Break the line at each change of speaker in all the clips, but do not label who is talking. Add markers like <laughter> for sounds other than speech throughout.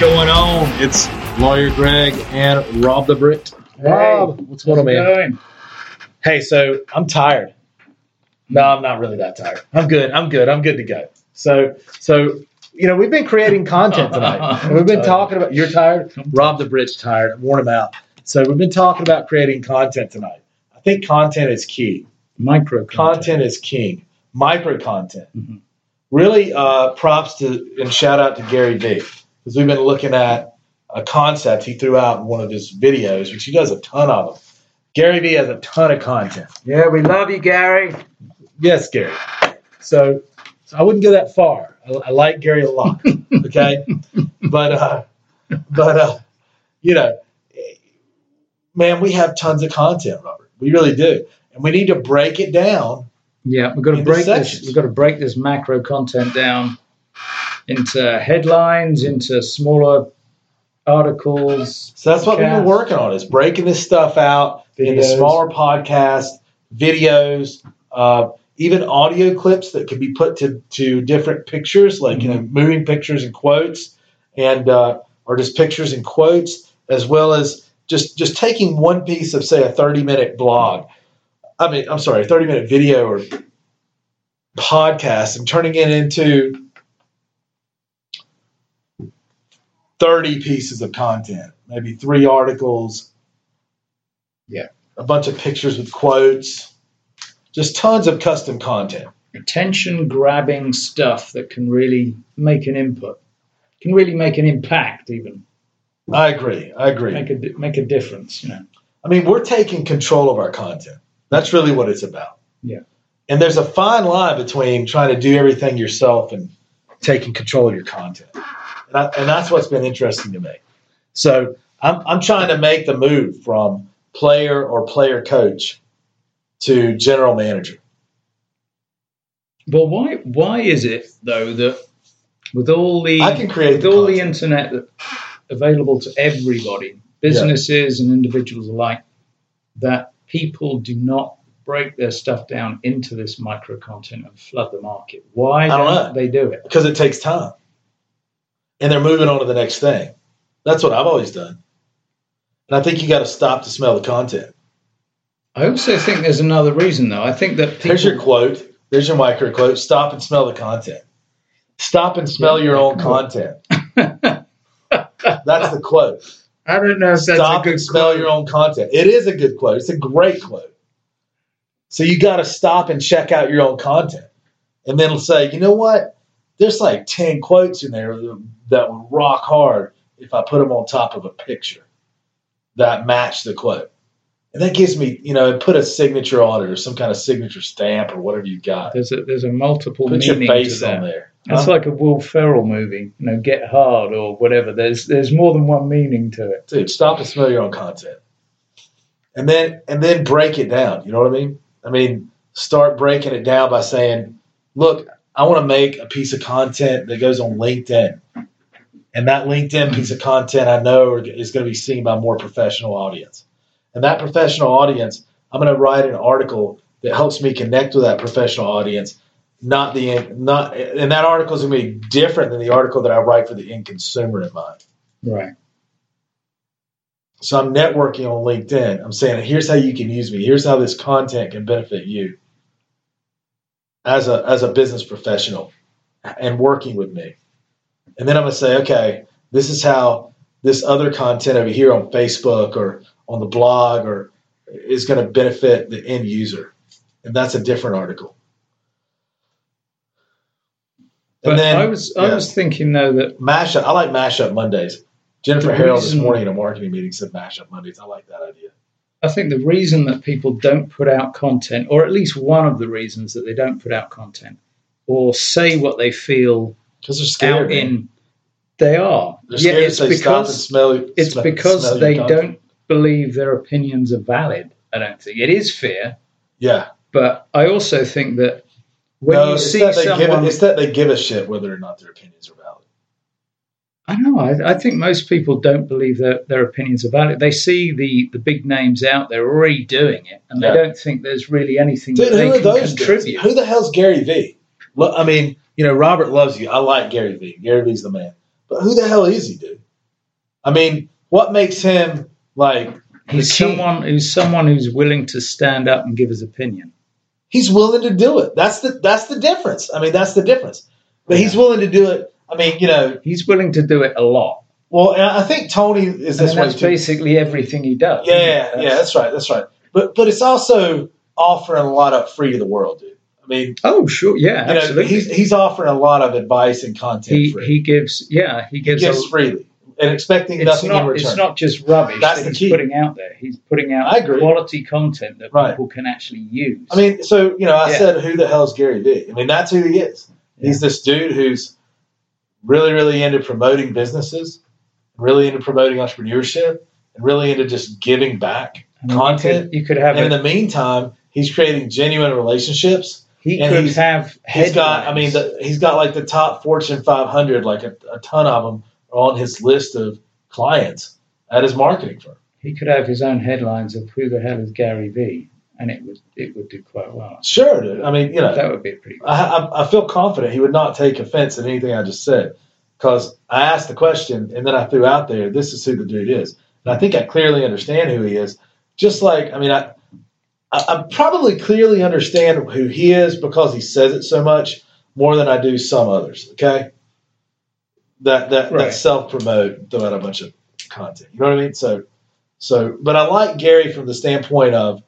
going on? It's lawyer Greg and Rob the Brick.
Rob,
what's going on, man?
Good. Hey, so I'm tired. No, I'm not really that tired. I'm good. I'm good. I'm good to go. So, so you know, we've been creating content tonight. And we've been
I'm tired.
talking about. You're tired.
I'm tired.
Rob the Bridge tired. Worn him out. So we've been talking about creating content tonight. I think content is key.
micro
Content is king. Micro content.
Mhm.
Really, uh, props to and shout out to Gary V because we've been looking at a concept he threw out in one of his videos, which he does a ton of. Them. Gary V has a ton of content.
Yeah, we love you, Gary.
Yes, Gary. So, so I wouldn't go that far. I, I like Gary a lot. Okay, but uh, but uh, you know, man, we have tons of content, Robert. We really do, and we need to break it down.
Yeah, we're gonna
In the
break this.
sections.
We've got to break this macro content down into headlines, into smaller articles.
So that's what we've been
Podcast.
working on is breaking this stuff out into
Videos.
smaller podcasts, videos, uh, even audio clips that can be put to, to different pictures, like you know, moving pictures and quotes, and uh, or just pictures and quotes, as well as just just taking one piece of say a thirty minute blog, I mean, I'm sorry, a thirty minute video or podcast, and turning it into thirty pieces of content, maybe three articles,
Yeah.
a bunch of pictures with quotes, just tons of custom content.
Attention grabbing stuff that can really make an input, can really make an impact, even
I agree. I agree.
make a di- make a difference. You know,
I mean, we're taking control of our content. That's really what it's about.
Yeah.
And there's a fine line between trying to do everything yourself and taking control of your content. And, I, and that's what's been interesting to me. So I'm, I'm trying to make the move from player or player coach to general manager.
well, why why is it though that with all the
I can create
with
the
all the
content.
internet that- available to everybody, businesses and individuals alike, that people do not break their stuff down into this micro content and flood the market. Why
I
don't,
don't know.
they do it?
because it takes time and they're moving on to the next thing that's what i've always done and i think you got to stop to smell the content
I also think there's another reason, though. I think that people,
there's your quote there's your micro quote stop and smell the content stop and smell your own content that's the quote
I don't know if that's
stop
a good
and smell
quote.
your own content it is a good quote it's a great quote so you got to stop and check out your own content and then say you know what there's like 10 quotes in there that would rock hard if i put them on top of a picture that match the quote and that gives me you know put a signature on it or some kind of signature stamp or whatever you got
There's a there's a multiple
put your
meaning
face
to that.
on there
It's
Huh?
like a Will Ferrell movie, you know, Get Hard or whatever. There's there's more than one meaning to it.
dude stop and smell your own content and then and then break it down you know what i mean i mean start breaking it down by saying look i want to make a piece of content that goes on linkedin and that linkedin piece of content i know is going to be seen by more professional audience and that professional audience i'm going to write an article that helps me connect with that professional audience not the not and that article is going to be different than the article that i write for the end consumer in mind
Right.
so I'm networking on LinkedIn. I'm saying, here's how you can use me. Here's how this content can benefit you as a as a business professional and working with me. And then I'm gonna say, okay, this is how this other content over here on Facebook or on the blog or is gonna benefit the end user. And that's a different article.
But I was I
yeah.
was thinking though that
Mashup. I like mashup Mondays. Jennifer
The
Harrell this
reason-
morning in a marketing meeting said mashup Mondays. I like that idea.
I think the reason that people don't put out content, or at least one of the reasons that they don't put out content, or say what they feel
Because they're scared.
out
man.
in, they are.
they're scared
yeah, it's
if they stop and
because
smell.
it's
smell-
because
smell your
they
content.
don't believe their opinions are valid. I don't think it is fear,
Yeah.
but I also think that when
no,
you
it's
see
that they give
someone,
a, it's that they give a shit whether or not their opinions are valid.
I know. I, I think most people don't believe that their opinions are valid. They see the, the big names out there already doing it, and
Yeah.
they don't think there's really anything
Dude,
that they
who are
can
those
contribute.
dudes? Who the hell's Gary V? Lo- I mean, you know, Robert loves you. I like Gary V. Gary V's the man. But who the hell is he, dude? I mean, what makes him like
He's
the king?
someone who's someone who's willing to stand up and give his opinion.
He's willing to do it. That's the that's the difference. I mean, that's the difference. But he's willing to do it. I mean, you know,
He's willing to do it a lot.
well, and I think Tony is
I mean,
this way
that's
too.
basically everything he does.
Yeah,
isn't it?
yeah, yeah, that's right, that's right. But but it's also offering a lot up free to the world, dude. I mean,
Oh, sure. Yeah,
you know,
absolutely.
he's he's offering a lot of advice and content
he
free.
he gives. Yeah, he
He
gives.
gives
a,
freely and expecting
it's
nothing in
not.
return.
It's not just rubbish
That's
that
the
he's
key.
putting out there. He's putting out
I agree.
quality content that
Right.
people can actually use.
I mean, so you know, I
Yeah.
said, "Who the hell's Gary Vee?" I mean, that's who he is. He's this dude who's really, really into promoting businesses, really into promoting entrepreneurship, and really into just giving back.
I mean,
content
You could, you could have.
And in
A,
the meantime, he's creating genuine relationships.
he
and
could
he's-
have.
He's got, I mean,
headlines.
the, he's got like the top Fortune 500, like a, a ton of them are on his list of clients at his marketing firm.
he could have his own headlines of who the hell is Gary Vee, and it would it would do quite well.
Sure, dude. I mean, you know,
That would be a pretty. Good.
I, I, I feel confident he would not take offense at anything I just said because I asked the question and then I threw out there, this is who the dude is. And I think I clearly understand who he is. Just like, I mean, I, I, I probably clearly understand who he is because he says it so much more than I do some others. Okay. That, that,
Right.
that self promote, throw out a bunch of content. You know what I mean? So, so, but I like Gary from the standpoint of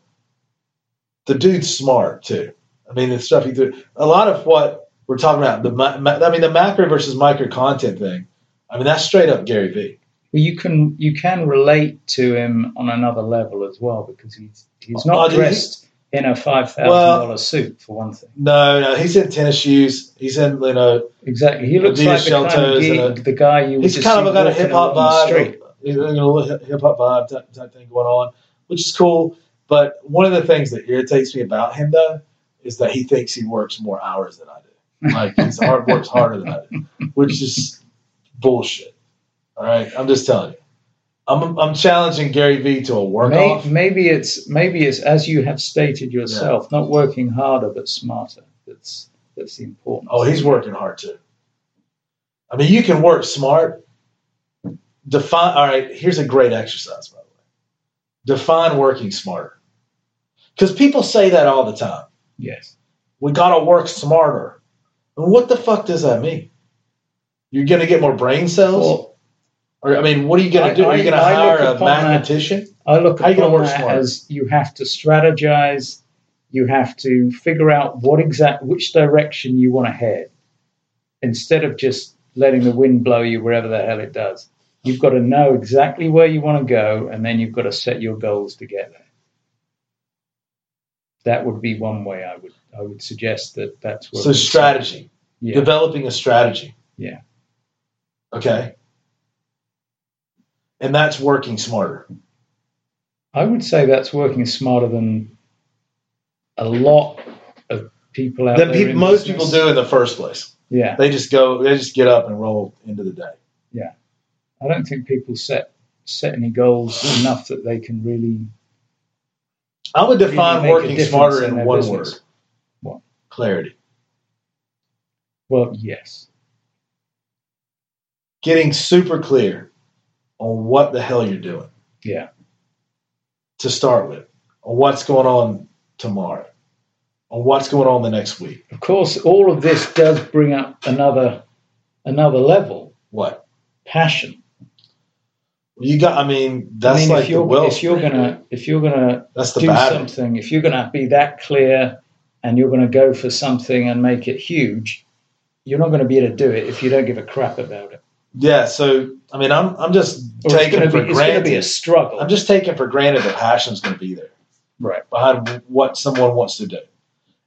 the dude's smart too. I mean, the stuff he do. A lot of what we're talking about, the mi- ma- I mean, the macro versus micro content thing. I mean, that's straight up Gary Vee.
Well, you can you can relate to him on another level as well because he's he's
Oh,
not
did he-
dressed in a five thousand thousand dollar
Well-
suit for one thing.
No, no, he's in tennis shoes. He's in, you know,
Exactly, he looks
Adidas
like the kind of
shelters
geek,
and
the guy you. would
he's
just
kind
see
of got a
walking
hip hop
along the
vibe.
street.
He's got a little hip hop vibe type, type thing going on, which is cool. But one of the things that irritates me about him though is that he thinks he works more hours than I do. Like he's
<laughs>
hard works harder than I do, which is bullshit. All right, I'm just telling you. I'm, I'm challenging Gary Vee to a work
May-
off.
maybe it's maybe it's as you have stated yourself, not working harder but smarter. That's that's the importance.
Oh, he's working hard too. I mean, you can work smart. Define. All right, here's a great exercise, by the way. Define working smarter. Because people say that all the time.
yes,
We got to work smarter. And what the fuck does that mean? You're going to get more brain cells?
Well,
or, I mean, what are you going
I-
to do? Are you
I-
going to
I look
hire a
upon that-
mathematician?
I look
How you
at
gonna work
that
smarter?
as you have to strategize, you have to figure out what exact which direction you want to head, instead of just letting the wind blow you wherever the hell it does. You've got to know exactly where you want to go, and then you've got to set your goals to get there. That would be one way I would I would suggest that that's where
So,
we-
strategy,
Yeah.
developing a strategy.
Yeah.
Okay. And that's working smarter.
I would say that's working smarter than a lot of people out
than
there.
peop
in
most people
business.
do in the first place.
Yeah.
They just go, they just get up and roll into the day.
I don't think people set set any goals enough that they can really.
I would
Really
define
make a
working
difference
smarter
in
in,
their
one
business.
word:
What?
clarity.
Well, yes,
Getting super clear on what the hell you're doing
yeah,
to start with, on what's going on tomorrow, on what's going on the next week.
of course. All of this does bring up another another level,
What
passion.
you got? I mean,
I
that's
mean,
like
if
the
you're
well.
if you're gonna if you're gonna
that's the
do
battle.
something, if you're gonna be that clear, and you're gonna go for something and make it huge, you're not gonna be able to do it if you don't give a crap about it.
Yeah. So I mean, I'm I'm just
Or it's
taking
gonna
for
be it's gonna
granted.
be a struggle,
I'm just taking for granted that passion's going to be there.
right?
behind what someone wants to do.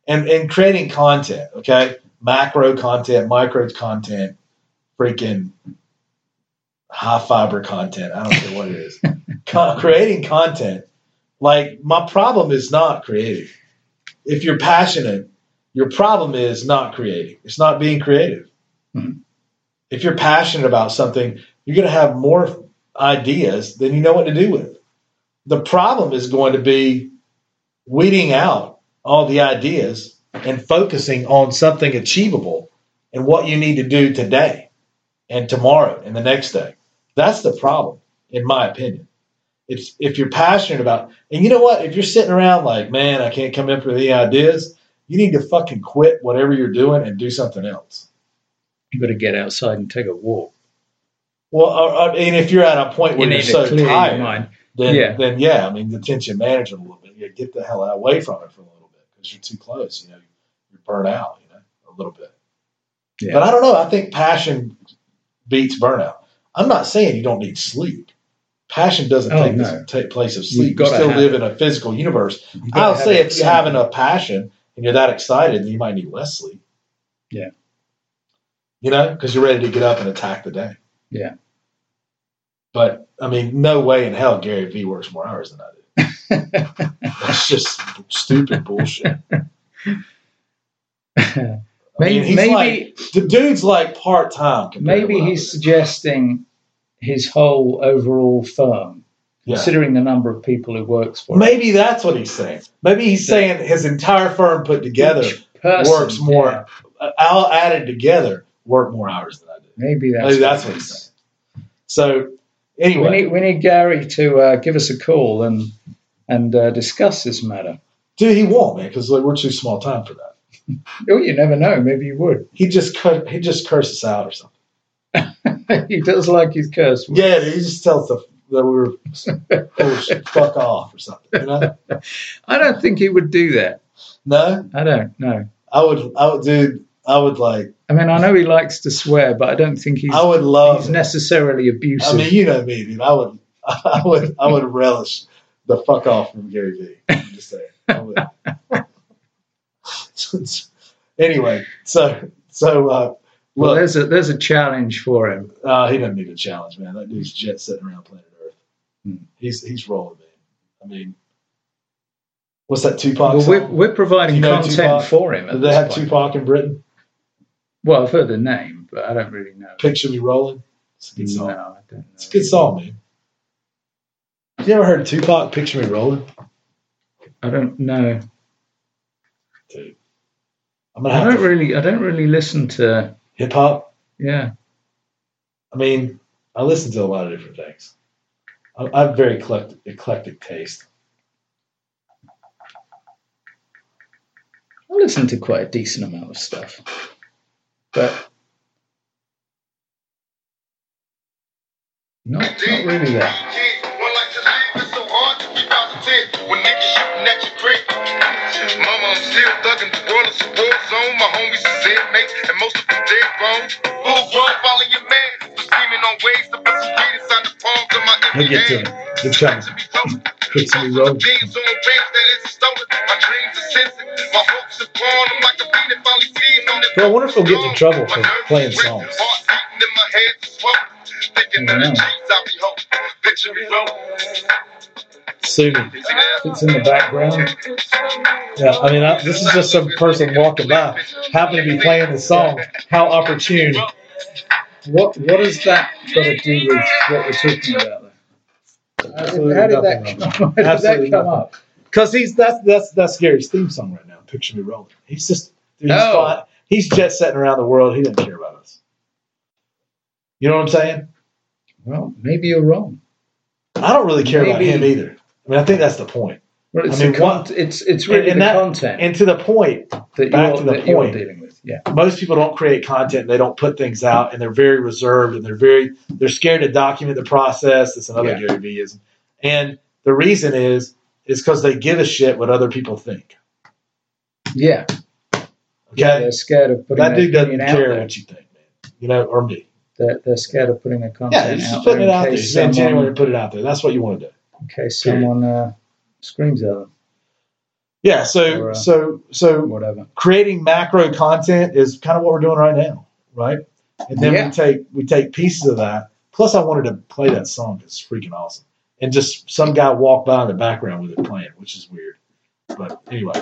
And and creating content, okay? Macro content, micro content, freaking high fiber content. I don't care what it is. Con- creating content. Like my problem is not creative. If you're passionate, your problem is not creating. It's not being creative.
Mhm.
If you're passionate about something, you're going to have more ideas than you know what to do with. The problem is going to be weeding out all the ideas and focusing on something achievable and what you need to do today and tomorrow and the next day. That's the problem. in my opinion. It's if you're passionate about, and you know what? If you're sitting around like, man, I can't come up with any ideas, you need to fucking quit whatever you're doing and do something else.
You've got to get outside and take a walk.
Well, I, I mean, if you're at a point where
you
you are
need to
so
clear your
tired,
mind.
then
Yeah.
then yeah, I mean, attention management a little bit. Yeah, get the hell out away from it for a little bit because you're too close. You know, you're burnt out. You know, a little bit.
Yeah.
But I don't know. I think passion beats burnout. I'm not saying you don't need sleep. Passion doesn't
Oh,
take,
no.
this, take place of sleep. You
gotta
still
have
live in a physical universe.
You've got
I'll
to
say
it
if you have enough passion and you're that excited, then you might need less sleep.
Yeah.
You know, because you're ready to get up and attack the day.
Yeah.
But I mean, no way in hell Gary Vee works more hours than I do.
<laughs>
That's just stupid bullshit.
maybe <laughs>
I mean, he's
maybe,
like- uh, The dude's like part time.
maybe he's suggesting his whole overall firm,
yeah.
considering the number of people who works for it.
Maybe that's what he's saying. Maybe he's saying his entire firm put together,
Each person,
works more.
yeah.
uh, all added together, work more hours than I do.
maybe that's
Maybe that's what he's saying. So,
We
anyway,
need, we need Gary to uh, give us a call and and uh, discuss this matter.
dude, he won't, man, because like, we're too small time for that.
Oh, you never know. Maybe you would. <laughs>
He just cut, he just curses out or something.
he does like his curse. word.
Yeah, dude, he just tells the that we <laughs> were bullshit, fuck off or something. You know?
I don't think he would do that.
No,
I don't know.
I would, I would, dude, I would like,
I mean, I know he likes to swear, but I don't think he's,
I would love.
he's
it.
necessarily abusive.
I mean, you know me, dude. I would, <laughs> I would, I would relish the fuck off from Gary Vee. I'm just saying. I <laughs> would. anyway, so so uh,
well,
look,
there's a there's a challenge for him.
uh, he doesn't need a challenge, man. That dude's jet setting around planet Earth.
Hmm.
He's he's rolling, man. I mean, what's that Tupac?
well, we're,
song?
we're providing
uh, You know
content
Tupac?
for him. at
Do they
this
have
point.
Tupac in Britain?
Well, I've heard the name, but I don't really know.
Picture Me Rolling. It's a good
No,
song.
I don't know.
It's a good song, man. You ever heard of Tupac Picture Me Rolling?
I don't know.
Dude, I'm gonna
I
have
don't
to
really. I don't really listen to.
hip hop.
Yeah.
I mean, I listen to a lot of different things. I, I have very eclectic, eclectic taste.
I listen to quite a decent amount of stuff, but not, not really that.
One life to live, it's so hard to be positive when niggas shooting at your crib. Mama, I'm still thugging the world is a war zone. My homies is inmates, and most of them dead wrong. Full grown, following your man, scheming on ways to put some weed inside the palms of my
We'll
empty
get to
hand.
it. The challenge.
To be broken.
It's
Most
me
of the
rolling.
beams on rings that is stolen. My dreams are sensing. My hopes are gone. I'm like a beat that finally feeds on it.
Bro, I wonder if we'll get in trouble for playing songs.
Heart beating in my head, swollen. Thinking that
Yeah.
the dreams I be hoping. Picture me rolling.
Sooner.
It's in the background.
Yeah, I mean, I, this is just some person walking by, happened to be playing the song. How opportune.
What What has that got to do with what we're talking about? Though?
Absolutely nothing wrong.
come? How
Absolutely nothing. Because he's that's that's that's Gary's theme song right now. Picture me rolling. He's just dude, he's
No.
fine. He's jet setting around the world. He doesn't care about us. You know what I'm saying?
Well, maybe you're wrong.
I don't really care about
Maybe.
him either. I mean, I think that's the point.
Well, it's
I mean,
the con-
what-
it's it's really
and
the
that-
content
And to the point,
that,
back
you're,
to the
that you're
point.
dealing with. Yeah.
most people don't create content they don't put things out and they're very reserved and they're very they're scared to document the process that's another
Yeah.
gary veeism and the reason is is because they give a shit what other people think
Yeah.
okay
They're scared of putting
that dude
their
doesn't
opinion out
care
there.
what you think man you know or me
They're, they're scared of putting their
yeah
content
he's
out
just
there
putting
in
it out there
case
he's being
someone-
genuine and put it out there that's what you want to do
in case someone uh, screams at them
yeah so
Or, uh,
so
or
so
whatever.
creating macro content is kind of what we're doing right now right and then
Yeah.
we take we take pieces of that. Plus, I wanted to play that song. It's freaking awesome. And just some guy walked by in the background with it playing, which is weird. But anyway,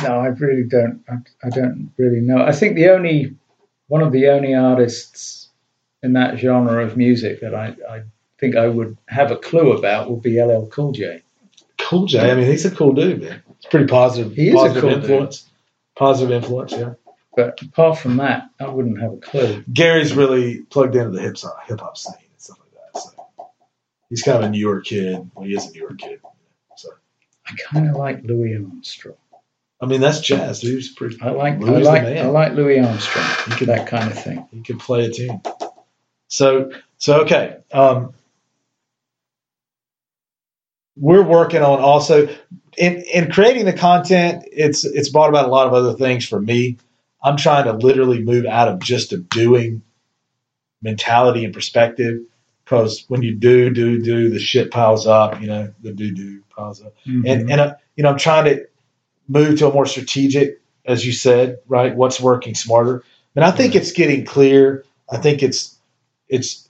No, I really don't. I, I don't really know. I think the only one of the only artists in that genre of music that I, I think I would have a clue about would be LL Cool J.
cool Jay. I mean, he's a cool dude, man. It's pretty positive.
He is a
positive
cool dude.
influence. Positive influence. Yeah.
But apart from that, I wouldn't have a clue.
Gary's really plugged into the hip hip hop scene and stuff like that. So He's kind of a New York kid. Well, he is a New York kid.
I kind of like Louis Armstrong.
I mean, that's jazz, dude. He's pretty,
I like
Louis the
I like
man.
I like Louis Armstrong.
He could-
that kind of thing.
he could play a tune. So, so okay. Um, we're working on also in in creating the content. It's it's brought about a lot of other things for me. I'm trying to literally move out of just a doing mentality and perspective because when you do do do, the shit piles up. You know, the do do piles up
Mm-hmm.
and and uh, you know I'm trying to move to a more strategic, as you said, right? What's working smarter, and I think it's getting clear. I think it's it's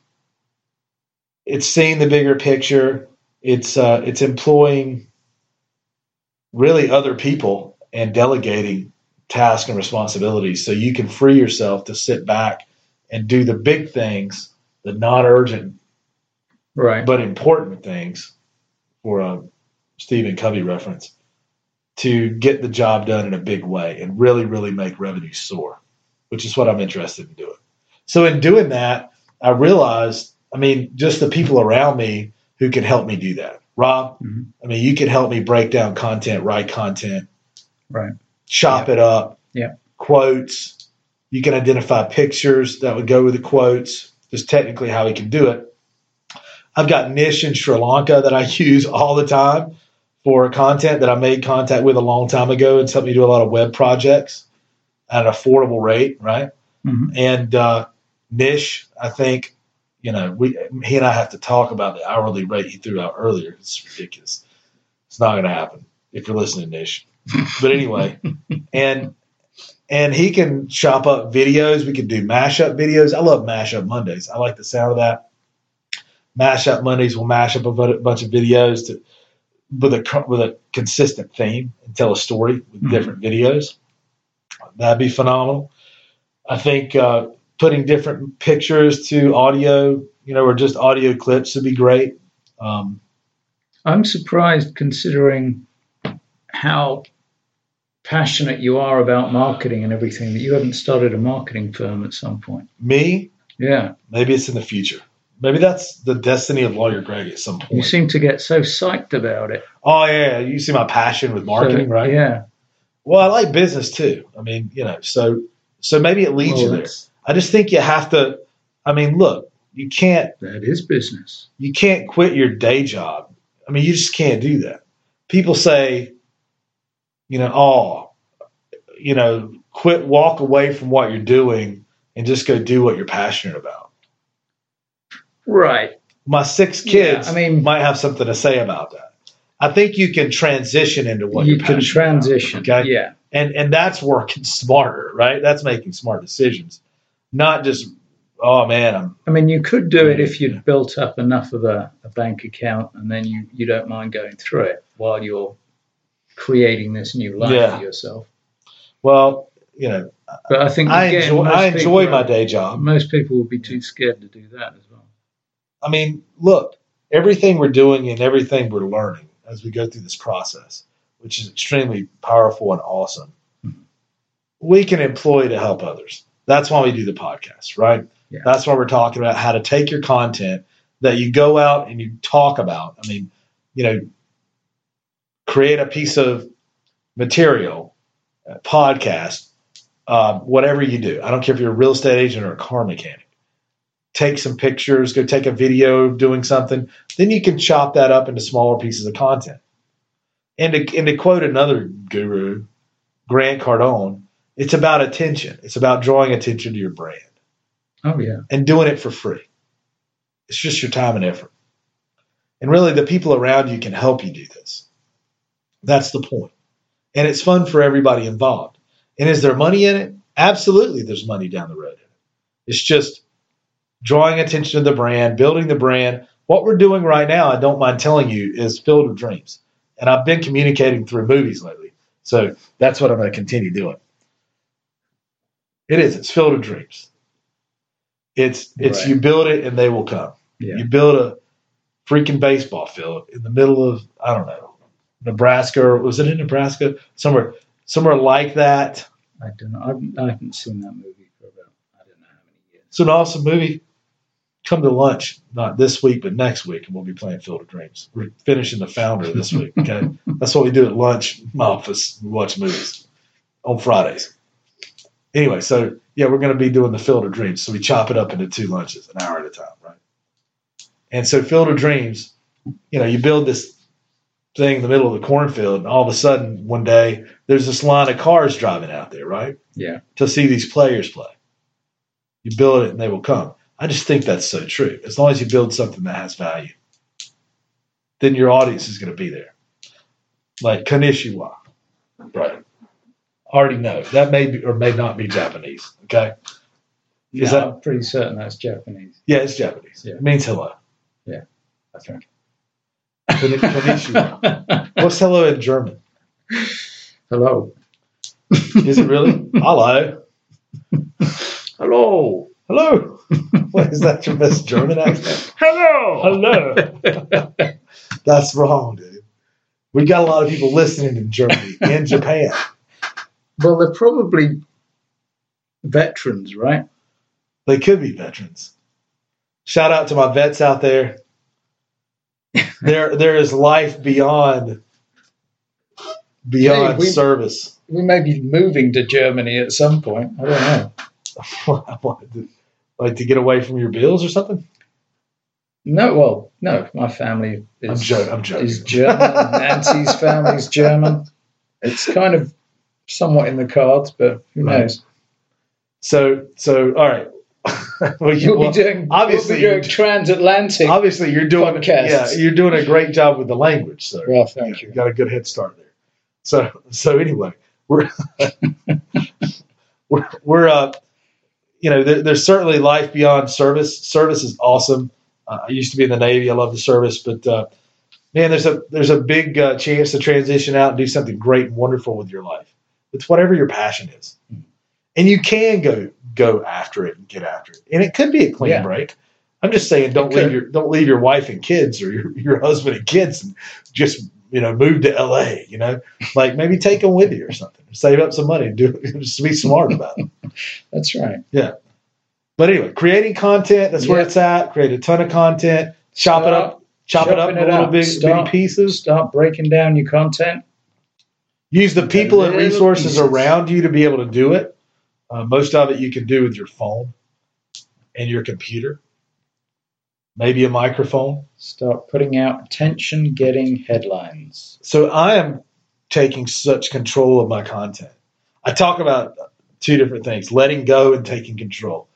it's seeing the bigger picture. It's uh, it's employing really other people and delegating tasks and responsibilities so you can free yourself to sit back and do the big things, the non urgent
right.
but important things for a Stephen Covey reference to get the job done in a big way and really, really make revenue soar, which is what I'm interested in doing. So, in doing that, I realized, I mean, just the people around me who can help me do that. Rob,
Mhm.
I mean, you can help me break down content, write content,
Right.
chop it up,
Yeah.
quotes. You can identify pictures that would go with the quotes. Just technically how we can do it. I've got Nish in Sri Lanka that I <laughs> use all the time for content that I made contact with a long time ago. It's helped me do a lot of web projects at an affordable rate, right?
Mhm.
And uh, Nish, I think, you know, we he and I have to talk about the hourly rate he threw out earlier. It's ridiculous. It's not going to happen if you're listening, Nish. But anyway, and and he can chop up videos. We can do mashup videos. I love mashup Mondays. I like the sound of that. Mashup Mondays will mash up a bu- bunch of videos to, with a co- with a consistent theme and tell a story with
Mhm.
different videos. That'd be phenomenal. I think uh, putting different pictures to audio, you know, or just audio clips would be great. Um,
I'm surprised considering how passionate you are about marketing and everything that you haven't started a marketing firm at some point.
me,
Yeah.
maybe it's in the future. Maybe that's the destiny of lawyer Greg at some
You
point.
seem to get so psyched about it.
Oh yeah, you see my passion with marketing,
So,
right?
Yeah.
Well, I like business too. I mean, you know, so so maybe it leads
Well,
you there.
that's-
I just think you have to. I mean, look, you can't
That is business.
you can't quit your day job. I mean, you just can't do that. People say, you know, oh, you know, quit, walk away from what you're doing, and just go do what you're passionate about.
Right.
My six kids,
Yeah, I mean-
might have something to say about that. I think you can transition into what
you
you're
can
passionate about.
transition.
okay?
Yeah.
and and that's working <laughs> smarter, right? That's making smart decisions, not just oh man, I'm
I mean, you could do it if you'd built up enough of a, a bank account and then you, you don't mind going through it while you're creating this new life
Yeah.
for yourself.
well, you know,
But I think
I
again,
enjoy
most
I enjoy
people
my
are-
day job.
Most people would be too scared to do that as well.
I mean, look, everything we're doing and everything we're learning as we go through this process, which is extremely powerful and awesome, we can employ to help others. That's why we do the podcast, right?
Yeah.
That's why we're talking about how to take your content that you go out and you talk about. I mean, you know, create a piece of material, a podcast, um, whatever you do. I don't care if you're a real estate agent or a car mechanic. Take some pictures, go take a video of doing something. Then you can chop that up into smaller pieces of content. And to, and to quote another guru, Grant Cardone, it's about attention. It's about drawing attention to your brand
Oh yeah,
and doing it for free. It's just your time and effort. And really, the people around you can help you do this. That's the point. And it's fun for everybody involved. And is there money in it? Absolutely, there's money down the road in it. It's just drawing attention to the brand, building the brand. What we're doing right now, I don't mind telling you, is filled with dreams. And I've been communicating through movies lately. So that's what I'm going to continue doing. It is. It's filled with dreams. It's it's
Right.
you build it and they will come.
yeah.
You build a freaking baseball field in the middle of I don't know Nebraska or was it in Nebraska somewhere somewhere like that.
I don't know. I haven't, I haven't seen that movie for about I don't know how many years.
It's an awesome movie. come to lunch, not this week, but next week, and we'll be playing Field of Dreams. We're finishing the founder this week. Okay. That's what we do at lunch, in my office. We watch movies on Fridays. Anyway, so yeah, we're going to be doing the Field of Dreams. So we chop it up into two lunches, an hour at a time, right? And so Field of Dreams, you know, you build this thing in the middle of the cornfield, and all of a sudden, one day, there's this line of cars driving out there, right?
Yeah.
To see these players play. You build it and they will come. I just think that's so true. As long as you build something that has value, then your audience is going to be there. Like Kanishiwa. Right. Already know. That may be or may not be Japanese. Okay. Is
No,
that-
I'm pretty certain that's Japanese.
Yeah, it's Japanese.
Yeah.
It means hello.
I think.
Koni- Konnichiwa.
<laughs>
What's hello in German?
Hello.
Is it
<laughs>
really? hello.
Hello.
Hello. What is that your best German accent?
Hello.
Hello.
<laughs>
That's wrong, dude. We got a lot of people listening in Germany and Japan.
Well, they're probably veterans, right?
They could be veterans. Shout out to my vets out there. there there is life beyond beyond
Hey, we-
service. <laughs>
We may be moving to Germany at some point. I don't know.
I wanted to- like to get away from your bills or something?
No, well, no. My family is,
I'm joking. I'm joking.
is
<laughs>
German. Nancy's family's German. It's kind of somewhat in the cards, but who
Right.
knows?
So so all right. <laughs> well, you,
You'll
well,
be doing
obviously
obviously you'll be
you're-
doing transatlantic.
obviously you're doing
Podcasts.
yeah, you're doing a great job with the language, sir.
well, thank
you
you.
got a good head start there. So so anyway, we're <laughs> we're, we're uh, you know there, there's certainly life beyond service. Service is awesome. Uh, I used to be in the Navy. I love the service, but uh, man, there's a there's a big uh, chance to transition out and do something great and wonderful with your life. It's whatever your passion is, and you can go go after it and get after it. And it could be a clean
Yeah.
break. I'm just saying, don't
It
leave
could.
your don't leave your wife and kids or your, your husband and kids and just you know move to L.A. You know, like maybe take them with you or something. Save up some money. and Do <laughs> just be smart about it.
That's right.
But anyway, creating content, that's where
Yeah.
it's at. Create a ton of content, chop it up, chop it up in
chopping it
little
up.
big
Stop.
bitty pieces.
Start breaking down your content.
Use the people and
Little
resources
pieces.
around you to be able to do it. Uh, most of it you can do with your phone and your computer, maybe a microphone.
Start putting out attention-getting headlines.
So I am taking such control of my content. I talk about two different things: letting go and taking control.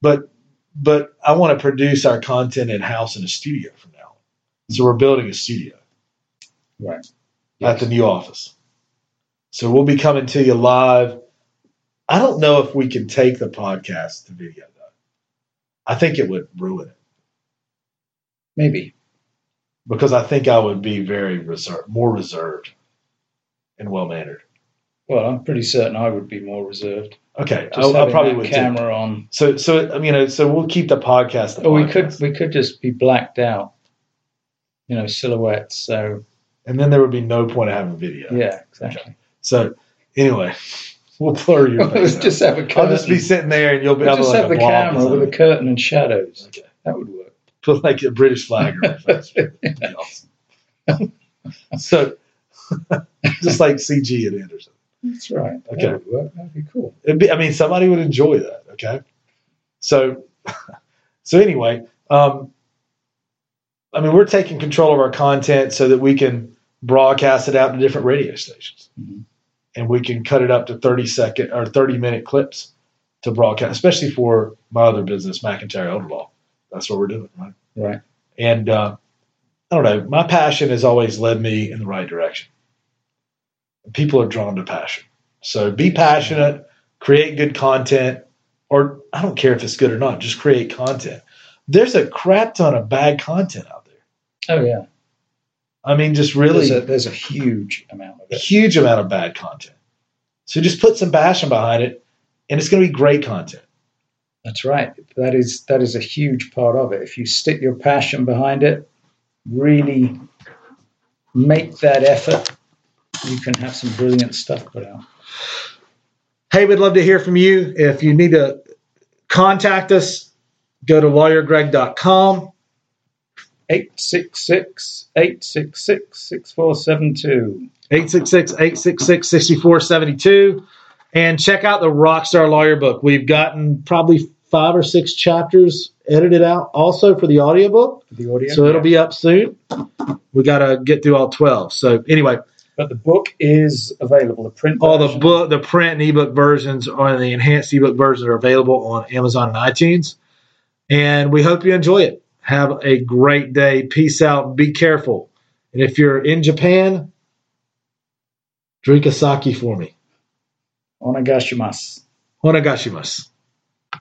But but I want to produce our content in house in a studio from now. on. So we're building a studio
Right.
at the new office. So we'll be coming to you live. I don't know if we can take the podcast to video though. I think it would ruin it
Maybe.
because I think I would be very reserved, more reserved, and well mannered.
Well, I'm pretty certain I would be more reserved.
Okay,
Just
I, I
having
probably
that
would. do-
camera on.
So, so I mean, uh, so we'll keep the podcast. The
Or Oh, we
podcast.
could we could just be blacked out. You know, silhouettes. So
and then there would be no point of having video.
yeah, exactly. <laughs>
So, anyway, <laughs> we'll blur your face.
Let's
out.
just have a curtain.
I'll just be sitting there, and you'll be.
We'll
I'll
just
be
have the
like a blob or
camera with a
something.
curtain and shadows.
Okay.
That would work.
<laughs> Put like a British flag or face.
<laughs>
That'd be awesome. so, <laughs> just like CG at Anderson.
That's right. That
Okay.
would work. That'd be cool.
It'd be, I mean, somebody would enjoy that. Okay. So, <laughs> so anyway, um, I mean, we're taking control of our content so that we can broadcast it out to different radio stations,
Mhm.
and we can cut it up to thirty second or thirty minute clips to broadcast, especially for my other business, McIntyre Elderlaw. That's what we're doing, right?
Right.
And uh, I don't know. My passion has always led me in the right direction. People are drawn to passion, so be passionate create good content, or I don't care if it's good or not, just create content. There's a crap ton of bad content out there.
Oh yeah.
I mean, just
There's
really
a, there's a huge amount of
a
it.
huge amount of bad content. So just put some passion behind it, and it's going to be great content.
That's right. That is that is a huge part of it. If you stick your passion behind it, really make that effort, you can have some brilliant stuff put out.
Hey, we'd love to hear from you. If you need to contact us, Go to lawyergreg.com.
866 866 6472.
866-866-6472 and check out the rockstar lawyer book we've gotten probably five or six chapters edited out also for the audiobook
The audio.
so it'll be up soon we got to get through all 12 so anyway
But the book is available. The print.
all Oh, the
version.
book the print and ebook versions are the enhanced ebook versions are available on amazon and itunes and we hope you enjoy it have a great day peace out be careful and if you're in japan drink a sake for me
Onagashimasu.
onegashimasu